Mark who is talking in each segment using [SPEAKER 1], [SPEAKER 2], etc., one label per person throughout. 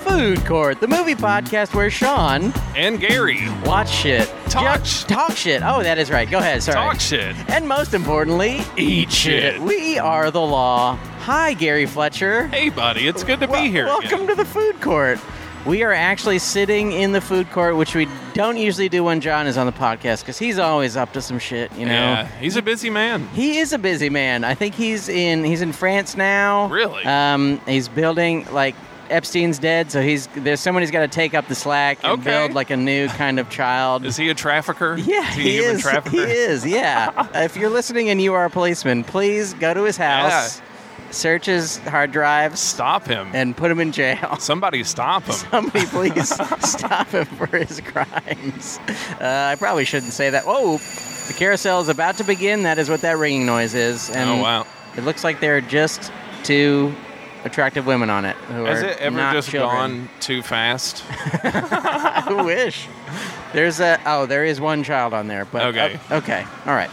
[SPEAKER 1] Food Court, the movie podcast where Sean
[SPEAKER 2] and Gary
[SPEAKER 1] watch shit,
[SPEAKER 2] Talk
[SPEAKER 1] Ju-
[SPEAKER 2] sh-
[SPEAKER 1] talk shit. Oh, that is right. Go ahead. Sorry.
[SPEAKER 2] talk shit.
[SPEAKER 1] And most importantly,
[SPEAKER 2] Eat shit.
[SPEAKER 1] We are the law. Hi, Gary Fletcher.
[SPEAKER 2] Hey, buddy, it's good to
[SPEAKER 1] Wel-
[SPEAKER 2] be here.
[SPEAKER 1] Welcome
[SPEAKER 2] again.
[SPEAKER 1] to the Food Court. We are actually sitting in the food court, which we don't usually do when John is on the podcast because he's always up to some shit, you know.
[SPEAKER 2] Yeah, he's a busy man.
[SPEAKER 1] He is a busy man. I think he's in he's in France now.
[SPEAKER 2] Really?
[SPEAKER 1] Um, he's building like Epstein's dead, so he's there's someone who's got to take up the slack and
[SPEAKER 2] Okay.
[SPEAKER 1] build like a new kind of child.
[SPEAKER 2] Is he a trafficker?
[SPEAKER 1] yeah,
[SPEAKER 2] is he,
[SPEAKER 1] he
[SPEAKER 2] a human
[SPEAKER 1] is.
[SPEAKER 2] trafficker?
[SPEAKER 1] He is. Yeah. if you're listening and you are a policeman, please go to his house, search his hard drives,
[SPEAKER 2] Stop him.
[SPEAKER 1] and put him in jail.
[SPEAKER 2] Somebody stop him.
[SPEAKER 1] Somebody please stop him for his crimes. Uh, I probably shouldn't say that. Whoa, the carousel is about to begin. That is what that ringing noise is. And
[SPEAKER 2] oh wow.
[SPEAKER 1] It looks like there are just two attractive women on it. Who
[SPEAKER 2] Has
[SPEAKER 1] are
[SPEAKER 2] it ever
[SPEAKER 1] not
[SPEAKER 2] just
[SPEAKER 1] children.
[SPEAKER 2] gone too fast?
[SPEAKER 1] I wish. There's a oh, there is one child on there. But
[SPEAKER 2] Okay.
[SPEAKER 1] uh, okay, all right.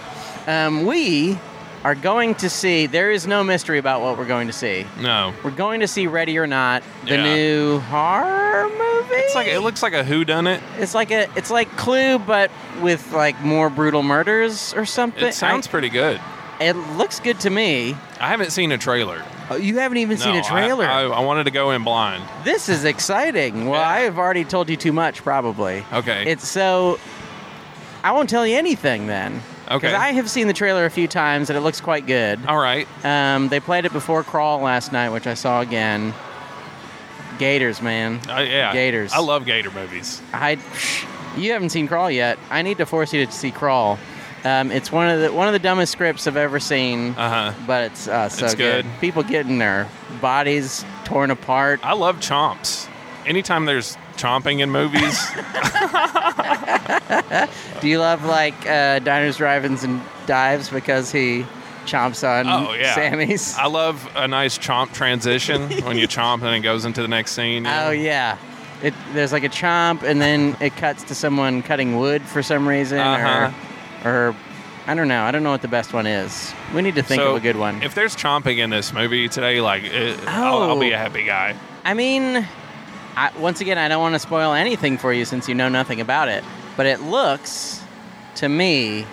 [SPEAKER 1] Um, we are going to see. There is no mystery about what we're going to see.
[SPEAKER 2] No.
[SPEAKER 1] We're going to see Ready or Not, the
[SPEAKER 2] Yeah.
[SPEAKER 1] new horror movie.
[SPEAKER 2] It's like it looks like a who done it.
[SPEAKER 1] It's like a it's like Clue, but with like more brutal murders or something.
[SPEAKER 2] It sounds pretty good.
[SPEAKER 1] I- it looks good to me.
[SPEAKER 2] I haven't seen a trailer.
[SPEAKER 1] Oh, you haven't even seen
[SPEAKER 2] No,
[SPEAKER 1] a trailer.
[SPEAKER 2] I, I, I wanted to go in blind.
[SPEAKER 1] This is exciting. Well,
[SPEAKER 2] Yeah.
[SPEAKER 1] I have already told you too much, probably.
[SPEAKER 2] Okay.
[SPEAKER 1] It's so. I won't tell you anything then.
[SPEAKER 2] Okay. Uh,
[SPEAKER 1] 'Cause I have seen the trailer a few times and it looks quite good.
[SPEAKER 2] All right.
[SPEAKER 1] Um, they played it before Crawl last night, which I saw again. Gators, man.
[SPEAKER 2] Uh, yeah.
[SPEAKER 1] Gators.
[SPEAKER 2] I love Gator movies.
[SPEAKER 1] I, you haven't seen Crawl yet. I need to force you to see Crawl. Um, it's one of the one of the dumbest scripts I've ever seen,
[SPEAKER 2] Uh huh.
[SPEAKER 1] but it's uh, so
[SPEAKER 2] It's good.
[SPEAKER 1] People getting their bodies torn apart.
[SPEAKER 2] I love chomps. Anytime there's chomping in movies,
[SPEAKER 1] Do you love like uh, diners, drive-ins, and dives because he chomps on
[SPEAKER 2] Oh, yeah.
[SPEAKER 1] Sammy's?
[SPEAKER 2] I love a nice chomp transition when you chomp and it goes into the next scene. you know?
[SPEAKER 1] Oh yeah. It, there's like a chomp, and then it cuts to someone cutting wood for some reason,
[SPEAKER 2] Uh-huh.
[SPEAKER 1] or, or I don't know. I don't know what the best one is. We need to think
[SPEAKER 2] So,
[SPEAKER 1] of a good one.
[SPEAKER 2] If there's chomping in this movie today, like it, I'll, I'll be
[SPEAKER 1] Oh.
[SPEAKER 2] a happy guy.
[SPEAKER 1] I mean, I, once again, I don't want to spoil anything for you since you know nothing about it, but it looks to me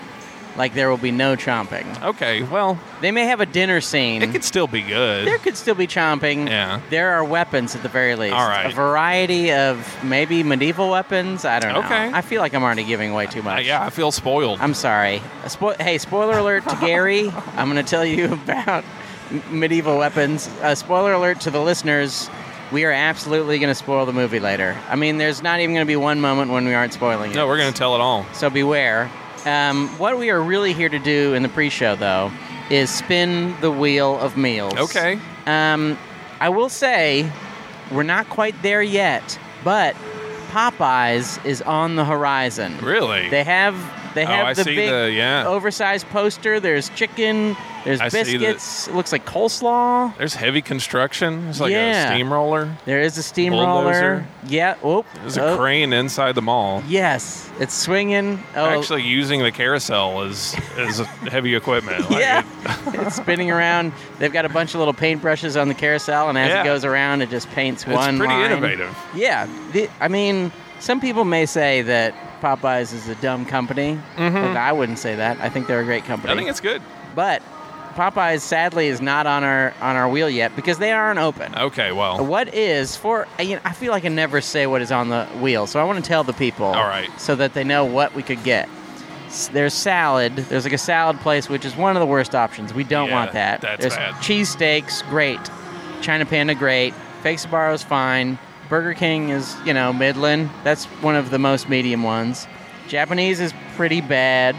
[SPEAKER 1] like there will be no chomping.
[SPEAKER 2] Okay, well,
[SPEAKER 1] They may have a dinner scene.
[SPEAKER 2] it could still be good.
[SPEAKER 1] there could still be chomping.
[SPEAKER 2] Yeah.
[SPEAKER 1] There are weapons at the very least.
[SPEAKER 2] All right.
[SPEAKER 1] A variety of maybe medieval weapons. I don't know.
[SPEAKER 2] Okay.
[SPEAKER 1] I feel like I'm already giving away too
[SPEAKER 2] Uh,
[SPEAKER 1] much.
[SPEAKER 2] yeah, I feel spoiled.
[SPEAKER 1] I'm sorry. A spo- hey, spoiler alert to Gary. I'm going to tell you about m- medieval weapons. Uh, spoiler alert to the listeners. We are absolutely going to spoil the movie later. I mean, there's not even going to be one moment when we aren't spoiling it.
[SPEAKER 2] no, we're gonna tell it all.
[SPEAKER 1] So beware. Um, what we are really here to do in the pre-show, though, is spin the wheel of meals.
[SPEAKER 2] Okay.
[SPEAKER 1] Um, I will say, we're not quite there yet, but Popeyes is on the horizon.
[SPEAKER 2] Really?
[SPEAKER 1] They have they
[SPEAKER 2] Oh,
[SPEAKER 1] have
[SPEAKER 2] I
[SPEAKER 1] the
[SPEAKER 2] see
[SPEAKER 1] big
[SPEAKER 2] the- yeah.
[SPEAKER 1] oversized poster. There's chicken. There's
[SPEAKER 2] I see the-
[SPEAKER 1] biscuits. It looks like coleslaw.
[SPEAKER 2] there's heavy construction. There's like
[SPEAKER 1] Yeah.
[SPEAKER 2] a steamroller.
[SPEAKER 1] There is a steamroller.
[SPEAKER 2] Bulldozer.
[SPEAKER 1] Yeah. Oh.
[SPEAKER 2] There's a
[SPEAKER 1] oh,
[SPEAKER 2] crane inside the mall.
[SPEAKER 1] Yes, it's swinging. Oh,
[SPEAKER 2] Actually, using the carousel is is heavy equipment. Like,
[SPEAKER 1] yeah,
[SPEAKER 2] it-
[SPEAKER 1] it's spinning around. They've got a bunch of little paintbrushes on the carousel, and as
[SPEAKER 2] Yeah.
[SPEAKER 1] it goes around, it just paints
[SPEAKER 2] it's
[SPEAKER 1] one.
[SPEAKER 2] pretty
[SPEAKER 1] line.
[SPEAKER 2] innovative.
[SPEAKER 1] Yeah, the, I mean, some people may say that Popeyes is a dumb company, but I wouldn't say that. I think they're a great company.
[SPEAKER 2] Mm-hmm. I think it's good.
[SPEAKER 1] but Popeyes sadly is not on our on our wheel yet because they aren't open.
[SPEAKER 2] Okay, well,
[SPEAKER 1] What is for? I- You know, I feel like I never say what is on the wheel, so I want to tell the people.
[SPEAKER 2] All right.
[SPEAKER 1] So that they know what we could get. S- There's salad. There's like a salad place, which is one of the worst options. We don't
[SPEAKER 2] Yeah,
[SPEAKER 1] want that.
[SPEAKER 2] that's
[SPEAKER 1] There's
[SPEAKER 2] bad.
[SPEAKER 1] cheesesteaks, great. China Panda, great. Fake Sabaro's fine. Burger King is, you know, middling. That's one of the most medium ones. Japanese is pretty bad.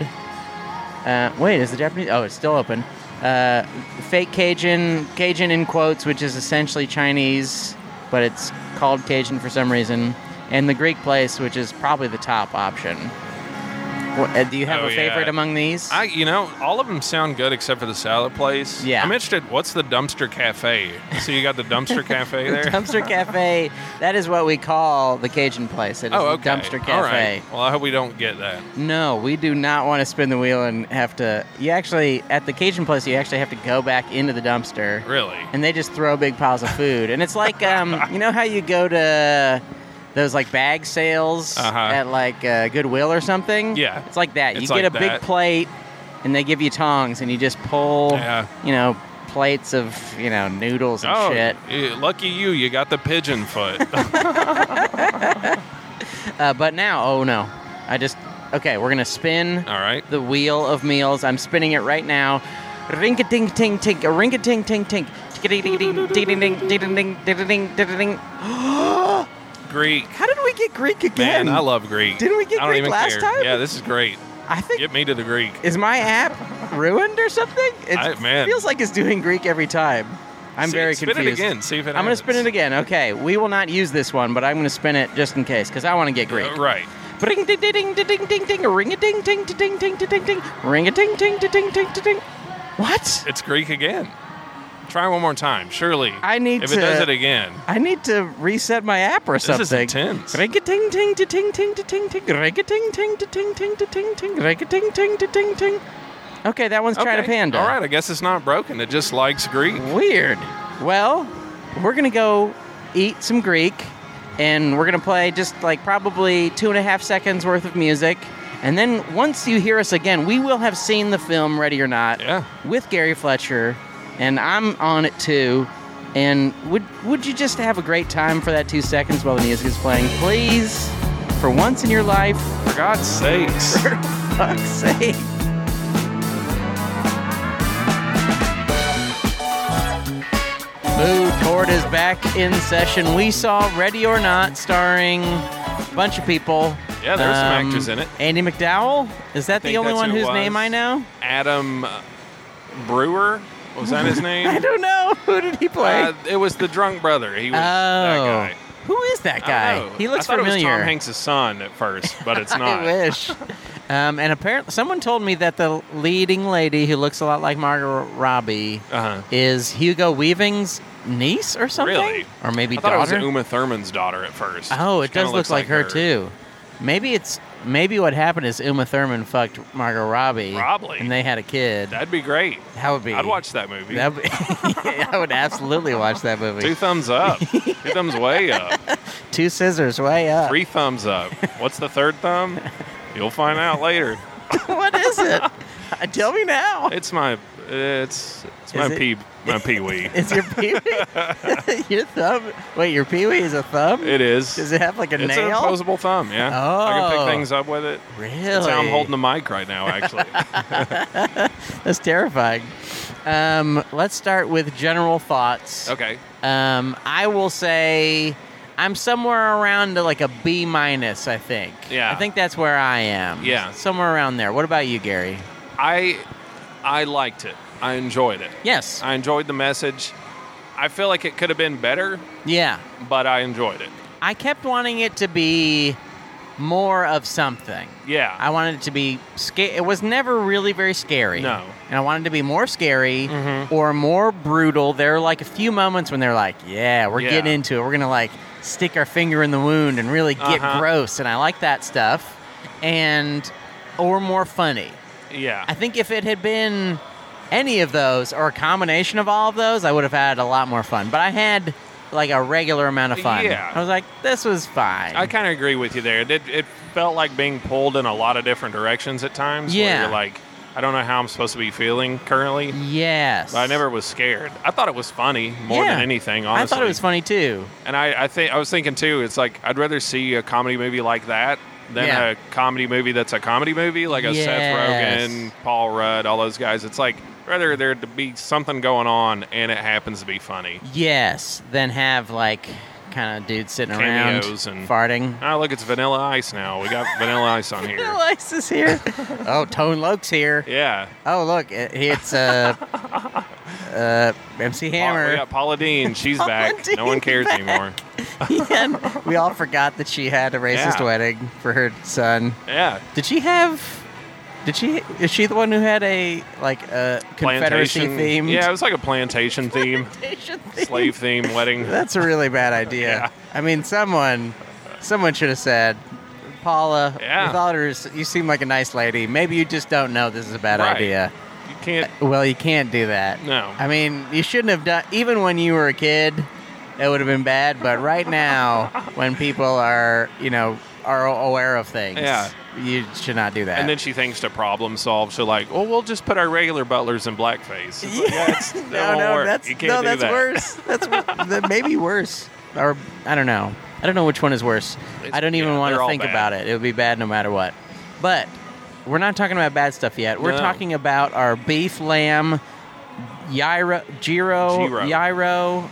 [SPEAKER 1] Uh, wait, is the Japanese? Oh, it's still open. Uh, fake Cajun, Cajun in quotes, which is essentially Chinese, but it's called Cajun for some reason. And the Greek place, which is probably the top option. Wh- uh, Do you have
[SPEAKER 2] Oh,
[SPEAKER 1] a favorite
[SPEAKER 2] yeah.
[SPEAKER 1] among these?
[SPEAKER 2] I, you know, all of them sound good except for the salad place.
[SPEAKER 1] Yeah.
[SPEAKER 2] I'm interested. What's the dumpster cafe? So you got the dumpster cafe
[SPEAKER 1] The
[SPEAKER 2] there.
[SPEAKER 1] dumpster cafe. That is what we call the Cajun place. It is
[SPEAKER 2] oh,
[SPEAKER 1] the
[SPEAKER 2] okay.
[SPEAKER 1] dumpster cafe.
[SPEAKER 2] All right. Well, I hope we don't get that.
[SPEAKER 1] No, we do not want to spin the wheel and have to. You actually at the Cajun place, you actually have to go back into the dumpster.
[SPEAKER 2] Really?
[SPEAKER 1] and they just throw big piles of food. And it's like, um, you know how you go to those like bag sales
[SPEAKER 2] Uh-huh.
[SPEAKER 1] at like uh, Goodwill or something?
[SPEAKER 2] Yeah.
[SPEAKER 1] it's like that.
[SPEAKER 2] It's
[SPEAKER 1] you get
[SPEAKER 2] like
[SPEAKER 1] a big
[SPEAKER 2] that.
[SPEAKER 1] plate, and they give you tongs, and you just pull,
[SPEAKER 2] Yeah.
[SPEAKER 1] you know, plates of you know noodles and
[SPEAKER 2] oh,
[SPEAKER 1] shit.
[SPEAKER 2] eh, lucky you. You got the pigeon foot.
[SPEAKER 1] Uh, but now, oh no, I just okay. We're gonna spin
[SPEAKER 2] all right.
[SPEAKER 1] the wheel of meals. I'm spinning it right now. Ring a ding ting tink, a ring a ting ting tink. Ding ding ding ding ding ding ding ding ding ding.
[SPEAKER 2] Greek.
[SPEAKER 1] How did we get Greek again?
[SPEAKER 2] Man, I love Greek.
[SPEAKER 1] Didn't we get
[SPEAKER 2] I don't
[SPEAKER 1] Greek
[SPEAKER 2] even
[SPEAKER 1] last
[SPEAKER 2] care.
[SPEAKER 1] time?
[SPEAKER 2] Yeah, this is great.
[SPEAKER 1] I think
[SPEAKER 2] Get me to the Greek.
[SPEAKER 1] is my app ruined or something? It
[SPEAKER 2] I- man.
[SPEAKER 1] feels like it's doing Greek every time. I'm
[SPEAKER 2] See-
[SPEAKER 1] very
[SPEAKER 2] spin
[SPEAKER 1] confused.
[SPEAKER 2] it again. See if it.
[SPEAKER 1] I'm gonna spin it
[SPEAKER 2] happens.
[SPEAKER 1] again. Okay, we will not use this one, but I'm gonna spin it just in case because I want to get Greek.
[SPEAKER 2] Uh, right.
[SPEAKER 1] Ring ding ding ding ding ding ding ring a ding ding ding ding ding ding ding ring a ding ding ding ding ding ding. What?
[SPEAKER 2] It's Greek again. Try one more time. Surely.
[SPEAKER 1] I need
[SPEAKER 2] if
[SPEAKER 1] to-
[SPEAKER 2] it does it again.
[SPEAKER 1] I need to reset my app or
[SPEAKER 2] This
[SPEAKER 1] something.
[SPEAKER 2] is intense.
[SPEAKER 1] Ring a ding ding ding ding ding ding ding ring a ding ding ding ding ding ding ring a ding ding ding ding. Okay, that one's trying to
[SPEAKER 2] Okay.
[SPEAKER 1] panda.
[SPEAKER 2] All right. I guess it's not broken. It just likes Greek.
[SPEAKER 1] Weird. Well, we're gonna go eat some Greek, and we're gonna play just like probably two and a half seconds worth of music, and then once you hear us again, we will have seen the film Ready or Not
[SPEAKER 2] Yeah.
[SPEAKER 1] with Gary Fletcher, and I'm on it too. And would would you just have a great time for that two seconds while the music is playing, please? For once in your life,
[SPEAKER 2] For God's sakes.
[SPEAKER 1] for fuck's sake. Boo Tord is back in session. We saw Ready or Not starring a bunch of people. Um,
[SPEAKER 2] Yeah, there were some actors in it.
[SPEAKER 1] Andy McDowell? Is that the
[SPEAKER 2] think
[SPEAKER 1] only
[SPEAKER 2] that's
[SPEAKER 1] one
[SPEAKER 2] who it
[SPEAKER 1] whose name
[SPEAKER 2] was.
[SPEAKER 1] I know?
[SPEAKER 2] Adam uh, Brewer. Was that his name?
[SPEAKER 1] I don't know. Who did he play?
[SPEAKER 2] Uh, it was the drunk brother. He was
[SPEAKER 1] oh.
[SPEAKER 2] that guy.
[SPEAKER 1] Who is that
[SPEAKER 2] I
[SPEAKER 1] guy?
[SPEAKER 2] don't know.
[SPEAKER 1] He looks
[SPEAKER 2] I thought
[SPEAKER 1] familiar.
[SPEAKER 2] It was Tom Hanks' son at first, but it's
[SPEAKER 1] I
[SPEAKER 2] not.
[SPEAKER 1] wish. um, and apparently, someone told me that the leading lady who looks a lot like Margaret Robbie
[SPEAKER 2] Uh-huh.
[SPEAKER 1] is Hugo Weaving's niece or something,
[SPEAKER 2] Really?
[SPEAKER 1] or maybe
[SPEAKER 2] I thought
[SPEAKER 1] daughter.
[SPEAKER 2] it was Uma Thurman's daughter at first.
[SPEAKER 1] oh,
[SPEAKER 2] She
[SPEAKER 1] it
[SPEAKER 2] kinda
[SPEAKER 1] does look
[SPEAKER 2] looks
[SPEAKER 1] like, her, too. Maybe it's maybe what happened is Uma Thurman fucked Margot Robbie,
[SPEAKER 2] Probably.
[SPEAKER 1] and they had a kid.
[SPEAKER 2] That'd be great.
[SPEAKER 1] that would be.
[SPEAKER 2] I'd watch that movie.
[SPEAKER 1] That would be, I would absolutely watch that movie.
[SPEAKER 2] Two
[SPEAKER 1] Two,
[SPEAKER 2] thumbs up. Two thumbs way up.
[SPEAKER 1] scissors way up.
[SPEAKER 2] Three thumbs up. What's the third thumb? You'll find out later.
[SPEAKER 1] what is it? Uh, Tell me now.
[SPEAKER 2] It's my. It's it's my
[SPEAKER 1] Is it-
[SPEAKER 2] pee my pee wee.
[SPEAKER 1] Is your peewee your thumb? Wait, your peewee is a thumb?
[SPEAKER 2] It is.
[SPEAKER 1] Does it have like a
[SPEAKER 2] it's an
[SPEAKER 1] nail?
[SPEAKER 2] opposable thumb. Yeah. I can
[SPEAKER 1] Oh.
[SPEAKER 2] pick things up with it.
[SPEAKER 1] really?
[SPEAKER 2] That's how I'm holding the mic right now. Actually.
[SPEAKER 1] That's terrifying. Um, let's start with general thoughts.
[SPEAKER 2] okay.
[SPEAKER 1] Um, I will say I'm somewhere around to like a B minus. I think.
[SPEAKER 2] Yeah.
[SPEAKER 1] I think that's where I am.
[SPEAKER 2] Yeah.
[SPEAKER 1] Somewhere around there. What about you, Gary?
[SPEAKER 2] I I liked it. I enjoyed it.
[SPEAKER 1] Yes.
[SPEAKER 2] I enjoyed the message. I feel like it could have been better,
[SPEAKER 1] yeah.
[SPEAKER 2] but I enjoyed it.
[SPEAKER 1] I kept wanting it to be more of something.
[SPEAKER 2] Yeah.
[SPEAKER 1] I wanted it to be scary. It was never really very scary.
[SPEAKER 2] No. Mm-hmm.
[SPEAKER 1] And I wanted it to be more scary or more brutal. There are like a few moments when they're like, yeah, we're
[SPEAKER 2] Yeah.
[SPEAKER 1] getting into it. We're going to like stick our finger in the wound and really get
[SPEAKER 2] Uh-huh.
[SPEAKER 1] gross. And I like that stuff. And, or more funny.
[SPEAKER 2] yeah.
[SPEAKER 1] I think if it had been any of those or a combination of all of those, I would have had a lot more fun. But I had like a regular amount of fun.
[SPEAKER 2] Yeah.
[SPEAKER 1] I was like, this was fine.
[SPEAKER 2] I kind of agree with you there. It, it felt like being pulled in a lot of different directions at times. where
[SPEAKER 1] Yeah.
[SPEAKER 2] you're like, I don't know how I'm supposed to be feeling currently,
[SPEAKER 1] yes.
[SPEAKER 2] but I never was scared. I thought it was funny more
[SPEAKER 1] Yeah.
[SPEAKER 2] than anything,
[SPEAKER 1] I
[SPEAKER 2] honestly.
[SPEAKER 1] thought it was funny too.
[SPEAKER 2] And I, I think I was thinking too. It's like I'd rather see a comedy movie like that than
[SPEAKER 1] Yeah.
[SPEAKER 2] a comedy movie that's a comedy movie, like a
[SPEAKER 1] Yes.
[SPEAKER 2] Seth Rogen, Paul Rudd, all those guys. It's like rather there to be something going on and it happens to be funny.
[SPEAKER 1] Yes, then have like kind of dudes sitting
[SPEAKER 2] Cameos
[SPEAKER 1] around
[SPEAKER 2] and-
[SPEAKER 1] farting.
[SPEAKER 2] Oh, look, it's Vanilla Ice now. We got Vanilla Ice on
[SPEAKER 1] Who
[SPEAKER 2] here.
[SPEAKER 1] likes this here? oh, Tone Loke's here.
[SPEAKER 2] Yeah,
[SPEAKER 1] Oh, look, it- it's uh, uh, MC
[SPEAKER 2] Pa- we
[SPEAKER 1] Hammer.
[SPEAKER 2] got Paula Dean. She's back.
[SPEAKER 1] Paula
[SPEAKER 2] no one
[SPEAKER 1] Deen's
[SPEAKER 2] cares
[SPEAKER 1] back.
[SPEAKER 2] anymore.
[SPEAKER 1] and we all forgot that she had a racist
[SPEAKER 2] Yeah.
[SPEAKER 1] wedding for her son.
[SPEAKER 2] Yeah,
[SPEAKER 1] Did she have Did she? Is she the one who had a like a Confederacy
[SPEAKER 2] plantation
[SPEAKER 1] theme?
[SPEAKER 2] Yeah, it was like a plantation theme,
[SPEAKER 1] Plantation theme.
[SPEAKER 2] slave theme wedding.
[SPEAKER 1] That's a really bad idea.
[SPEAKER 2] Yeah.
[SPEAKER 1] I mean, someone, someone should have said, Paula.
[SPEAKER 2] Yeah.
[SPEAKER 1] With all due res- you seem like a nice lady. Maybe you just don't know this is a bad
[SPEAKER 2] Right.
[SPEAKER 1] idea.
[SPEAKER 2] You can't.
[SPEAKER 1] Well, you can't do that.
[SPEAKER 2] No.
[SPEAKER 1] I mean, you shouldn't have done. Even when you were a kid, that would have been bad. But right now, when people are, you know, are aware of things,
[SPEAKER 2] Yeah.
[SPEAKER 1] you should not do that.
[SPEAKER 2] And then she thinks to problem solve. She'll like, "Oh, well, we'll just put our regular butlers in blackface. It's like, yeah, it's- that
[SPEAKER 1] no,
[SPEAKER 2] won't
[SPEAKER 1] no,
[SPEAKER 2] work.
[SPEAKER 1] that's
[SPEAKER 2] you can't
[SPEAKER 1] no,
[SPEAKER 2] do
[SPEAKER 1] that's
[SPEAKER 2] that.
[SPEAKER 1] worse. That's wor- that maybe worse, or I don't know. I don't know which one is worse.
[SPEAKER 2] It's-
[SPEAKER 1] I don't even
[SPEAKER 2] yeah,
[SPEAKER 1] want
[SPEAKER 2] they're
[SPEAKER 1] to
[SPEAKER 2] all
[SPEAKER 1] think
[SPEAKER 2] bad.
[SPEAKER 1] about it. It would be bad no matter what. But we're not talking about bad stuff yet. We're
[SPEAKER 2] No.
[SPEAKER 1] talking about our beef lamb, Yiro, Jiro,
[SPEAKER 2] Jiro.
[SPEAKER 1] Yiro,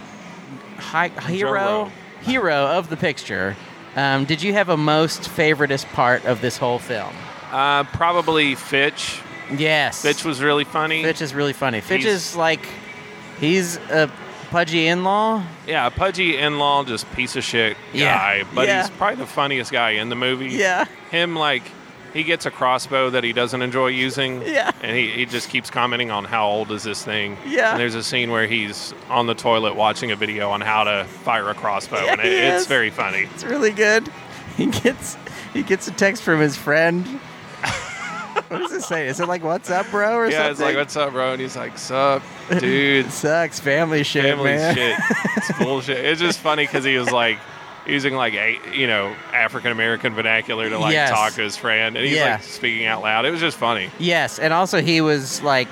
[SPEAKER 1] hi, hero,
[SPEAKER 2] Jiro.
[SPEAKER 1] hero of the picture. Um, did you have a most favoriteest part of this whole film?
[SPEAKER 2] Uh, probably Fitch.
[SPEAKER 1] Yes,
[SPEAKER 2] Fitch was really funny.
[SPEAKER 1] Fitch is really funny. Fitch
[SPEAKER 2] He's-
[SPEAKER 1] is like, he's a pudgy in-law.
[SPEAKER 2] Yeah, pudgy in-law, just piece of shit
[SPEAKER 1] Yeah.
[SPEAKER 2] guy. But
[SPEAKER 1] Yeah.
[SPEAKER 2] he's probably the funniest guy in the movie.
[SPEAKER 1] Yeah.
[SPEAKER 2] Him like he gets a crossbow that he doesn't enjoy using.
[SPEAKER 1] Yeah.
[SPEAKER 2] And he, he just keeps commenting on how old is this thing.
[SPEAKER 1] Yeah.
[SPEAKER 2] And there's a scene where he's on the toilet watching a video on how to fire a crossbow
[SPEAKER 1] Yeah,
[SPEAKER 2] and
[SPEAKER 1] he
[SPEAKER 2] it, it's
[SPEAKER 1] is.
[SPEAKER 2] very funny.
[SPEAKER 1] It's really good. He gets he gets a text from his friend. what does it say? Is it like "What's up, bro?" or
[SPEAKER 2] yeah,
[SPEAKER 1] something?
[SPEAKER 2] it's like what's up, bro? And he's like, Sup, dude.
[SPEAKER 1] It sucks. Family shit,
[SPEAKER 2] family
[SPEAKER 1] man.
[SPEAKER 2] shit. It's bullshit. It's just funny because he was like using like a, you know African American vernacular to like
[SPEAKER 1] Yes.
[SPEAKER 2] talk to his friend, and he's
[SPEAKER 1] Yeah.
[SPEAKER 2] like speaking out loud. It was just funny.
[SPEAKER 1] Yes, and also he was like,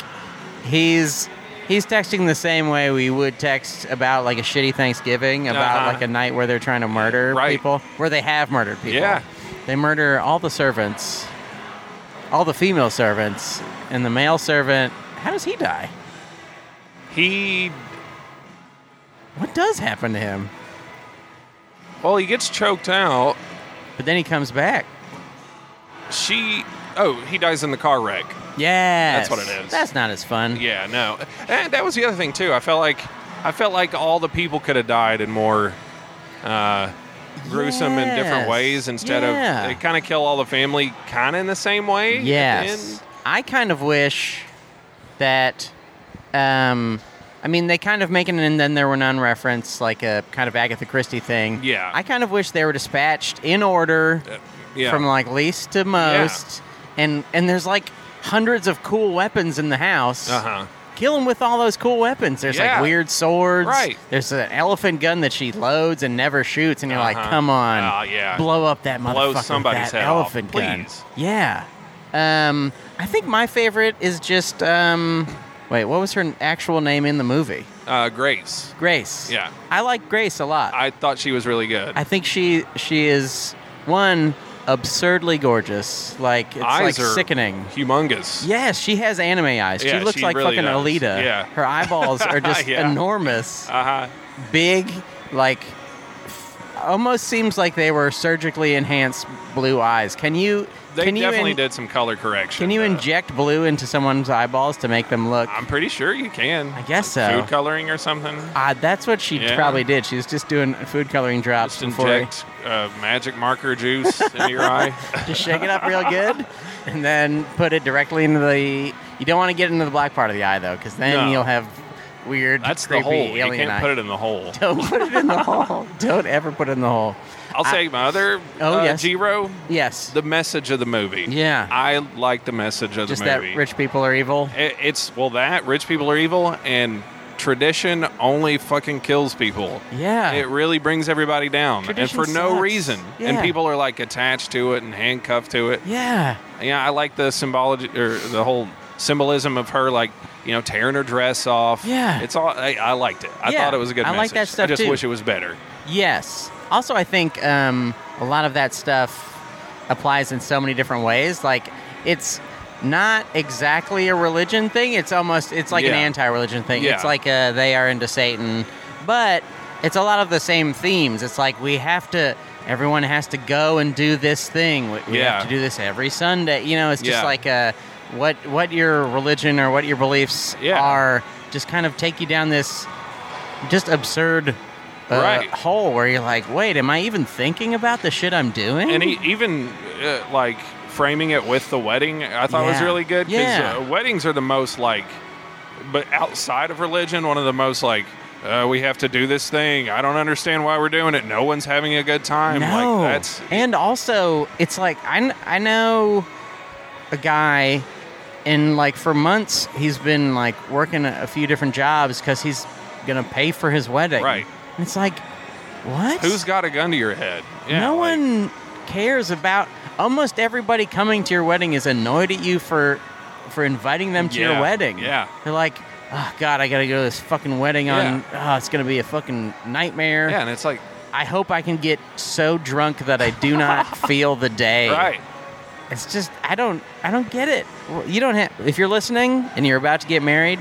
[SPEAKER 1] he's he's texting the same way we would text about like a shitty Thanksgiving, about
[SPEAKER 2] Uh-huh.
[SPEAKER 1] like a night where they're trying to murder
[SPEAKER 2] Right.
[SPEAKER 1] people, where they have murdered people.
[SPEAKER 2] Yeah.
[SPEAKER 1] they murder all the servants, all the female servants, and the male servant. How does he die?
[SPEAKER 2] He
[SPEAKER 1] What does happen to him?
[SPEAKER 2] well, he gets choked out.
[SPEAKER 1] But then he comes back.
[SPEAKER 2] She oh, he dies in the car wreck.
[SPEAKER 1] Yeah.
[SPEAKER 2] what it is.
[SPEAKER 1] That's not as fun.
[SPEAKER 2] Yeah, no, and that was the other thing too. I felt like I felt like all the people could have died in more. Uh, gruesome in different
[SPEAKER 1] Yes.
[SPEAKER 2] ways instead
[SPEAKER 1] Yeah.
[SPEAKER 2] of they kind of kill all the family kind of in the same way at the
[SPEAKER 1] Yes.
[SPEAKER 2] end.
[SPEAKER 1] I kind of wish that um I mean they kind of make an and then there were none reference like a kind of Agatha Christie thing.
[SPEAKER 2] Yeah. Uh,
[SPEAKER 1] I kind of wish they were dispatched in order
[SPEAKER 2] yeah
[SPEAKER 1] from like least to most. And and there's like hundreds of cool weapons in the house.
[SPEAKER 2] uh-huh
[SPEAKER 1] Kill him with all those cool weapons. There's
[SPEAKER 2] Yeah.
[SPEAKER 1] like weird swords.
[SPEAKER 2] Right.
[SPEAKER 1] There's an elephant gun that she loads and never shoots, and you're like,
[SPEAKER 2] Uh-huh.
[SPEAKER 1] come on,
[SPEAKER 2] Ah, yeah.
[SPEAKER 1] blow up that motherfucker
[SPEAKER 2] Blow
[SPEAKER 1] with
[SPEAKER 2] somebody's
[SPEAKER 1] that
[SPEAKER 2] head off,
[SPEAKER 1] elephant gun.
[SPEAKER 2] please.
[SPEAKER 1] Yeah. Um, I think my favorite is just um, wait, what was her n- actual name in the movie?
[SPEAKER 2] uh, Grace.
[SPEAKER 1] Grace.
[SPEAKER 2] Yeah.
[SPEAKER 1] I like Grace a lot.
[SPEAKER 2] I thought she was really good.
[SPEAKER 1] I think she she is one absurdly gorgeous. Like it's like
[SPEAKER 2] Eyes are
[SPEAKER 1] sickening.
[SPEAKER 2] humongous.
[SPEAKER 1] Yes, she has anime eyes.
[SPEAKER 2] Yeah,
[SPEAKER 1] she looks
[SPEAKER 2] she
[SPEAKER 1] like
[SPEAKER 2] really
[SPEAKER 1] fucking
[SPEAKER 2] does.
[SPEAKER 1] Alita.
[SPEAKER 2] Yeah.
[SPEAKER 1] Her eyeballs are just
[SPEAKER 2] Yeah.
[SPEAKER 1] enormous,
[SPEAKER 2] Uh huh.
[SPEAKER 1] big, like f- almost seems like they were surgically enhanced blue eyes. Can you
[SPEAKER 2] They
[SPEAKER 1] can you
[SPEAKER 2] definitely
[SPEAKER 1] in-
[SPEAKER 2] did some color correction.
[SPEAKER 1] can you
[SPEAKER 2] though.
[SPEAKER 1] inject blue into someone's eyeballs to make them look?
[SPEAKER 2] I'm pretty sure you can.
[SPEAKER 1] I guess so.
[SPEAKER 2] Food coloring or something.
[SPEAKER 1] Uh, that's what she
[SPEAKER 2] Yeah.
[SPEAKER 1] probably did. She was just doing food coloring drops
[SPEAKER 2] Just
[SPEAKER 1] before
[SPEAKER 2] inject uh, magic marker juice into your eye.
[SPEAKER 1] just shake it up real good, and then put it directly into the. You don't want to get into the black part of the eye though, because then
[SPEAKER 2] No.
[SPEAKER 1] you'll have weird.
[SPEAKER 2] That's the
[SPEAKER 1] creepy
[SPEAKER 2] hole. You
[SPEAKER 1] Alien
[SPEAKER 2] can't
[SPEAKER 1] eye.
[SPEAKER 2] put it in the hole.
[SPEAKER 1] don't put it in the hole. Don't ever put it in the hole.
[SPEAKER 2] I'll say my other
[SPEAKER 1] Oh,
[SPEAKER 2] uh,
[SPEAKER 1] yes.
[SPEAKER 2] Jiro,
[SPEAKER 1] Yes.
[SPEAKER 2] the message of the movie.
[SPEAKER 1] Yeah.
[SPEAKER 2] I like the message of
[SPEAKER 1] just
[SPEAKER 2] the
[SPEAKER 1] that
[SPEAKER 2] movie.
[SPEAKER 1] rich people are evil.
[SPEAKER 2] It- it's well that rich people are evil and tradition only fucking kills people.
[SPEAKER 1] Yeah.
[SPEAKER 2] It really brings everybody down,
[SPEAKER 1] Tradition
[SPEAKER 2] and for no
[SPEAKER 1] sucks.
[SPEAKER 2] reason.
[SPEAKER 1] Yeah.
[SPEAKER 2] And people are like attached to it and handcuffed to it.
[SPEAKER 1] yeah.
[SPEAKER 2] Yeah, I like the symbology or the whole symbolism of her, like you know, tearing her dress off.
[SPEAKER 1] Yeah.
[SPEAKER 2] it's all. I, I liked it. I
[SPEAKER 1] Yeah,
[SPEAKER 2] thought it was a good.
[SPEAKER 1] I like
[SPEAKER 2] message.
[SPEAKER 1] that stuff,
[SPEAKER 2] I just
[SPEAKER 1] too.
[SPEAKER 2] wish it was better.
[SPEAKER 1] Yes. Also, I think um, a lot of that stuff applies in so many different ways. Like, it's not exactly a religion thing. It's almost it's like an
[SPEAKER 2] Yeah.
[SPEAKER 1] anti-religion thing. It's
[SPEAKER 2] Yeah.
[SPEAKER 1] like uh they are into Satan, but it's a lot of the same themes. It's like we have to. Everyone has to go and do this thing. We, we
[SPEAKER 2] Yeah.
[SPEAKER 1] have to do this every Sunday. You know, it's just
[SPEAKER 2] Yeah.
[SPEAKER 1] like a, what what your religion or what your beliefs
[SPEAKER 2] Yeah.
[SPEAKER 1] are just kind of take you down this just absurd uh,
[SPEAKER 2] Right.
[SPEAKER 1] hole where you're like, wait, am I even thinking about the shit I'm doing?
[SPEAKER 2] And he, even e, uh, like framing it with the wedding, I thought was
[SPEAKER 1] Yeah.
[SPEAKER 2] really good. 'cause,
[SPEAKER 1] Yeah.
[SPEAKER 2] uh, weddings are the most like, but outside of religion, one of the most like. Uh, we have to do this thing. I don't understand why we're doing it. No one's having a good time.
[SPEAKER 1] no.
[SPEAKER 2] Like that's
[SPEAKER 1] and also, it's like I, kn- I know a guy, and like for months he's been like working a, a few different jobs because he's gonna pay for his wedding.
[SPEAKER 2] Right.
[SPEAKER 1] And it's like, what?
[SPEAKER 2] who's got a gun to your head? Yeah,
[SPEAKER 1] no
[SPEAKER 2] like-
[SPEAKER 1] one cares about. Almost everybody coming to your wedding is annoyed at you for for inviting them to
[SPEAKER 2] Yeah,
[SPEAKER 1] your wedding.
[SPEAKER 2] yeah.
[SPEAKER 1] They're like, oh God, I gotta go to this fucking wedding on. Oh, it's gonna be a fucking nightmare.
[SPEAKER 2] Yeah, and it's like
[SPEAKER 1] I hope I can get so drunk that I do not feel the day.
[SPEAKER 2] right.
[SPEAKER 1] It's just I don't I don't get it. You don't have if you're listening and you're about to get married,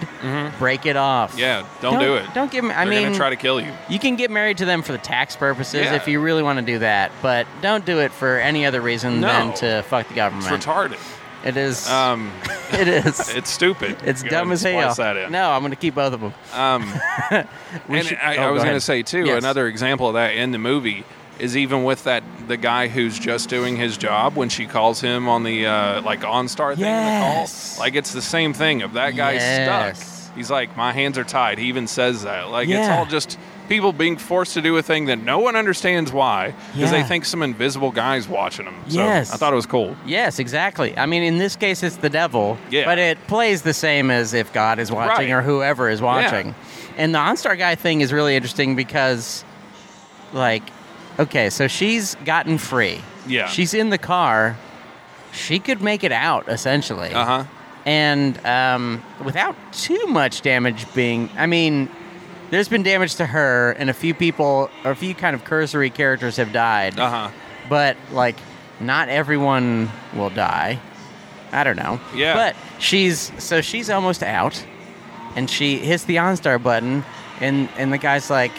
[SPEAKER 1] break it off.
[SPEAKER 2] Mm-hmm. Yeah, don't, do it.
[SPEAKER 1] Don't get. ma- I
[SPEAKER 2] They're
[SPEAKER 1] mean,
[SPEAKER 2] gonna try to kill you.
[SPEAKER 1] you can get married to them for the tax purposes
[SPEAKER 2] Yeah.
[SPEAKER 1] if you really want to do that, but don't do it for any other reason
[SPEAKER 2] No.
[SPEAKER 1] than to fuck the
[SPEAKER 2] It's
[SPEAKER 1] government.
[SPEAKER 2] retarded.
[SPEAKER 1] it is.
[SPEAKER 2] Um,
[SPEAKER 1] it is.
[SPEAKER 2] it's stupid.
[SPEAKER 1] It's
[SPEAKER 2] Go
[SPEAKER 1] dumb
[SPEAKER 2] ahead and
[SPEAKER 1] as hell.
[SPEAKER 2] splice That in.
[SPEAKER 1] No, I'm going to keep both of them.
[SPEAKER 2] Um, and
[SPEAKER 1] should-
[SPEAKER 2] I,
[SPEAKER 1] oh,
[SPEAKER 2] I
[SPEAKER 1] go
[SPEAKER 2] was going to
[SPEAKER 1] ahead.
[SPEAKER 2] say too,
[SPEAKER 1] Yes.
[SPEAKER 2] another example of that in the movie is even with that the guy who's just doing his job when she calls him on the uh, like OnStar thing.
[SPEAKER 1] Yes.
[SPEAKER 2] The call. Like it's the same thing. If that guy's
[SPEAKER 1] Yes.
[SPEAKER 2] stuck, he's like, my hands are tied. He even says that. Like it's
[SPEAKER 1] Yeah.
[SPEAKER 2] all just people being forced to do a thing that no one understands why because
[SPEAKER 1] Yeah.
[SPEAKER 2] they think some invisible guy's watching them. So
[SPEAKER 1] Yes.
[SPEAKER 2] I thought it was cool.
[SPEAKER 1] Yes, exactly. I mean, in this case, it's the devil,
[SPEAKER 2] Yeah.
[SPEAKER 1] but it plays the same as if God is watching
[SPEAKER 2] Right.
[SPEAKER 1] or whoever is watching. And the OnStar guy thing is really interesting because, like, okay, so she's gotten free.
[SPEAKER 2] Yeah.
[SPEAKER 1] She's in the car. She could make it out, essentially.
[SPEAKER 2] Uh huh.
[SPEAKER 1] And um, without too much damage being, I mean, there's been damage to her, and a few people, or a few kind of cursory characters have died
[SPEAKER 2] Uh huh.
[SPEAKER 1] but like not everyone will die. I don't know.
[SPEAKER 2] Yeah.
[SPEAKER 1] But she's so she's almost out, and she hits the OnStar button, and and the guy's like,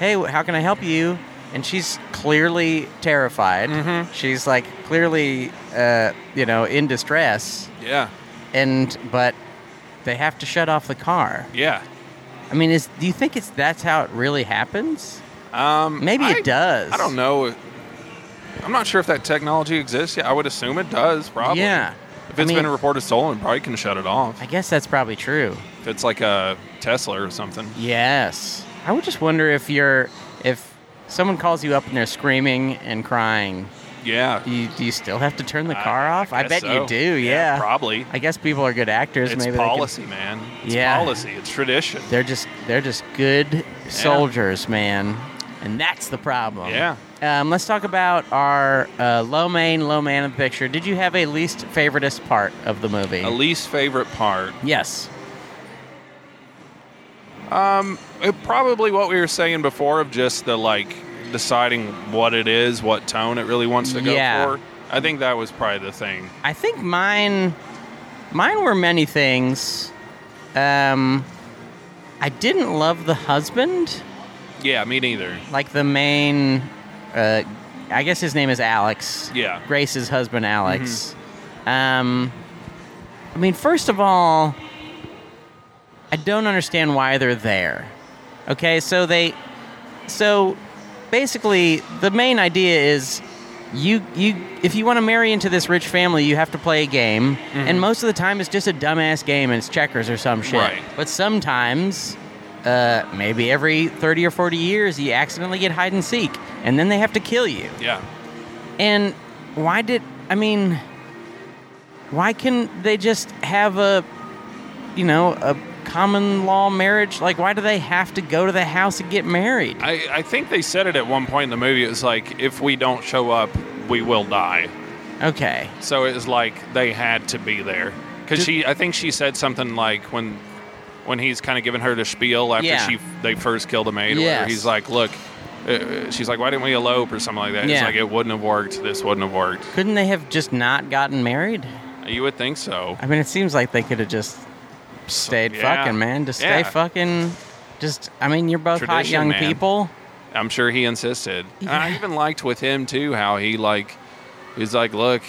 [SPEAKER 1] "Hey, wh- how can I help you?" And she's clearly terrified. She's like clearly, uh, you know, in distress.
[SPEAKER 2] Yeah.
[SPEAKER 1] And but they have to shut off the car.
[SPEAKER 2] Yeah.
[SPEAKER 1] I mean, is do you think it's that's how it really happens?
[SPEAKER 2] Um,
[SPEAKER 1] Maybe
[SPEAKER 2] I-
[SPEAKER 1] it does.
[SPEAKER 2] I don't know. I'm not sure if that technology exists. Yeah, I would assume it does. Probably.
[SPEAKER 1] Yeah.
[SPEAKER 2] If it's
[SPEAKER 1] I mean-
[SPEAKER 2] been reported stolen, probably can shut it off.
[SPEAKER 1] I guess that's probably true.
[SPEAKER 2] If it's like a Tesla or something.
[SPEAKER 1] Yes. I would just wonder if you're if someone calls you up and they're screaming and crying,
[SPEAKER 2] Yeah.
[SPEAKER 1] do you, do you still have to turn the car
[SPEAKER 2] I- I
[SPEAKER 1] off? I,
[SPEAKER 2] guess
[SPEAKER 1] bet
[SPEAKER 2] so.
[SPEAKER 1] you do.
[SPEAKER 2] Yeah,
[SPEAKER 1] Yeah.
[SPEAKER 2] probably.
[SPEAKER 1] I guess people are good actors.
[SPEAKER 2] It's
[SPEAKER 1] Maybe they can-
[SPEAKER 2] policy, man. It's
[SPEAKER 1] Yeah.
[SPEAKER 2] policy. It's tradition.
[SPEAKER 1] they're just they're just good soldiers, man, and that's the problem.
[SPEAKER 2] Yeah.
[SPEAKER 1] Um, let's talk about our uh, low main, low man of the picture. Did you have a least favoriteest part of the movie?
[SPEAKER 2] A least favorite part.
[SPEAKER 1] yes.
[SPEAKER 2] It, probably what we were saying before of just the like deciding what it is, what tone it really wants to go
[SPEAKER 1] Yeah.
[SPEAKER 2] for. I think that was probably the thing.
[SPEAKER 1] I think mine mine were many things. Um I didn't love the husband,
[SPEAKER 2] Yeah, me neither.
[SPEAKER 1] like the main uh I guess his name is Alex.
[SPEAKER 2] Yeah.
[SPEAKER 1] Grace's husband Alex. Um I mean, first of all, I don't understand why they're there. Okay, so they so basically the main idea is you you if you want to marry into this rich family you have to play a game and most of the time it's just a dumbass game and it's checkers or some shit
[SPEAKER 2] Right.
[SPEAKER 1] but sometimes uh, maybe every 30 or 40 years you accidentally get hide and seek and then they have to kill you
[SPEAKER 2] Yeah.
[SPEAKER 1] and why did I mean? Why can they just have a, you know, a common law marriage? Like, why do they have to go to the house and get married?
[SPEAKER 2] I, I think they said it at one point in the movie. It was like, if we don't show up, we will die.
[SPEAKER 1] Okay.
[SPEAKER 2] So it was like they had to be there because
[SPEAKER 1] Did-
[SPEAKER 2] she. I think she said something like when when he's kind of giving her the spiel after
[SPEAKER 1] Yeah.
[SPEAKER 2] she they first killed a maid. Or whatever,
[SPEAKER 1] Yes.
[SPEAKER 2] he's like, look. Uh, she's like, why didn't we elope or something like that? He's
[SPEAKER 1] Yeah.
[SPEAKER 2] like, it wouldn't have worked. This wouldn't have worked.
[SPEAKER 1] Couldn't they have just not gotten married?
[SPEAKER 2] You would think so.
[SPEAKER 1] I mean, it seems like they could have just stayed
[SPEAKER 2] Yeah.
[SPEAKER 1] fucking, man. Just
[SPEAKER 2] Yeah.
[SPEAKER 1] stay fucking. Just, I mean, you're both hot
[SPEAKER 2] Tradition,
[SPEAKER 1] young
[SPEAKER 2] man.
[SPEAKER 1] people.
[SPEAKER 2] I'm sure he insisted. And I
[SPEAKER 1] Yeah.
[SPEAKER 2] even liked with him too how he like he's like, look,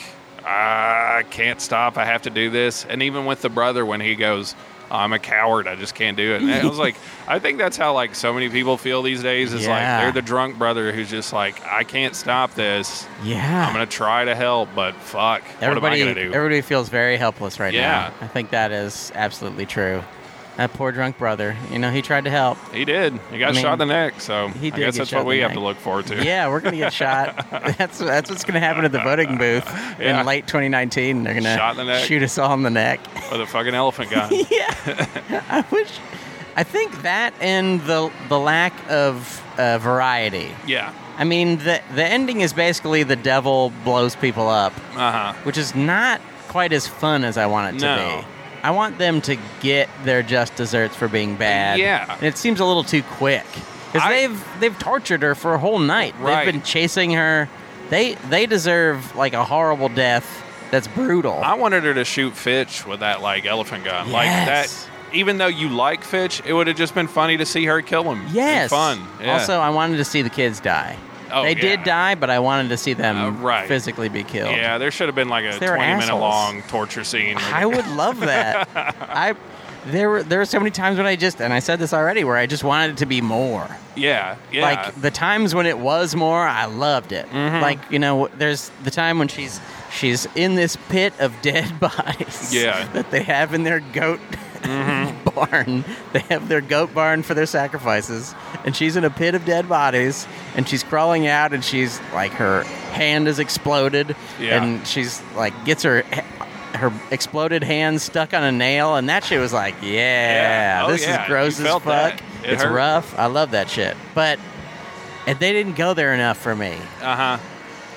[SPEAKER 2] I can't stop. I have to do this. And even with the brother when he goes, "Oh, I'm a coward. I just can't do it. And I was like, I think that's how like so many people feel these days. Is
[SPEAKER 1] Yeah.
[SPEAKER 2] like they're the drunk brother who's just like, I can't stop this.
[SPEAKER 1] Yeah.
[SPEAKER 2] I'm gonna try to help, but fuck,
[SPEAKER 1] everybody,
[SPEAKER 2] what am I gonna do?
[SPEAKER 1] everybody feels very helpless right
[SPEAKER 2] Yeah.
[SPEAKER 1] now. I think that is absolutely true. That poor drunk brother. You know, he tried to help.
[SPEAKER 2] he did. He
[SPEAKER 1] I
[SPEAKER 2] got
[SPEAKER 1] mean,
[SPEAKER 2] shot in the neck. So
[SPEAKER 1] he
[SPEAKER 2] I
[SPEAKER 1] did
[SPEAKER 2] guess
[SPEAKER 1] get
[SPEAKER 2] that's
[SPEAKER 1] shot
[SPEAKER 2] what
[SPEAKER 1] in
[SPEAKER 2] we
[SPEAKER 1] the
[SPEAKER 2] have
[SPEAKER 1] neck.
[SPEAKER 2] to look forward to.
[SPEAKER 1] Yeah, we're gonna get shot. That's that's what's gonna happen at the voting booth
[SPEAKER 2] Yeah.
[SPEAKER 1] in late 2019. They're gonna
[SPEAKER 2] Shot in the neck.
[SPEAKER 1] shoot us all in the neck.
[SPEAKER 2] With a fucking elephant gun.
[SPEAKER 1] yeah, I wish. I think that and the the lack of uh, variety.
[SPEAKER 2] yeah.
[SPEAKER 1] I mean, the the ending is basically the devil blows people up,
[SPEAKER 2] Uh huh.
[SPEAKER 1] which is not quite as fun as I want it to
[SPEAKER 2] No.
[SPEAKER 1] be. I want them to get their just desserts for being bad.
[SPEAKER 2] Yeah.
[SPEAKER 1] and it seems a little too quick because
[SPEAKER 2] I-
[SPEAKER 1] they've they've tortured her for a whole night.
[SPEAKER 2] Right.
[SPEAKER 1] They've been chasing her. They they deserve like a horrible death that's brutal.
[SPEAKER 2] I wanted her to shoot Fitch with that like elephant gun.
[SPEAKER 1] Yes.
[SPEAKER 2] Like that. Even though you like Fitch, it would have just been funny to see her kill him. It'd be
[SPEAKER 1] Yes.
[SPEAKER 2] Fun. Yeah.
[SPEAKER 1] Also, I wanted to see the kids die.
[SPEAKER 2] Oh,
[SPEAKER 1] they
[SPEAKER 2] yeah.
[SPEAKER 1] did die, but I wanted to see them
[SPEAKER 2] Uh, right.
[SPEAKER 1] physically be killed.
[SPEAKER 2] Yeah, there should have been like a
[SPEAKER 1] They were
[SPEAKER 2] 20 minute
[SPEAKER 1] assholes.
[SPEAKER 2] long torture scene.
[SPEAKER 1] I would love that. I there were there were so many times when I just and I said this already where I just wanted it to be more.
[SPEAKER 2] yeah, yeah. Mm-hmm.
[SPEAKER 1] Like the times when it was more, I loved it. Like you know, there's the time when she's she's in this pit of dead bodies.
[SPEAKER 2] Yeah. Mm-hmm.
[SPEAKER 1] that they have in their goat. Barn. They have their goat barn for their sacrifices, and she's in a pit of dead bodies. And she's crawling out, and she's like her hand is exploded,
[SPEAKER 2] Yeah.
[SPEAKER 1] and she's like gets her her exploded hand stuck on a nail, and that shit was like, yeah,
[SPEAKER 2] Yeah. Oh,
[SPEAKER 1] this
[SPEAKER 2] yeah.
[SPEAKER 1] is gross
[SPEAKER 2] You
[SPEAKER 1] as
[SPEAKER 2] felt
[SPEAKER 1] fuck.
[SPEAKER 2] that. It
[SPEAKER 1] It's
[SPEAKER 2] hurt.
[SPEAKER 1] rough. I love that shit, but and they didn't go there enough for me.
[SPEAKER 2] uh huh.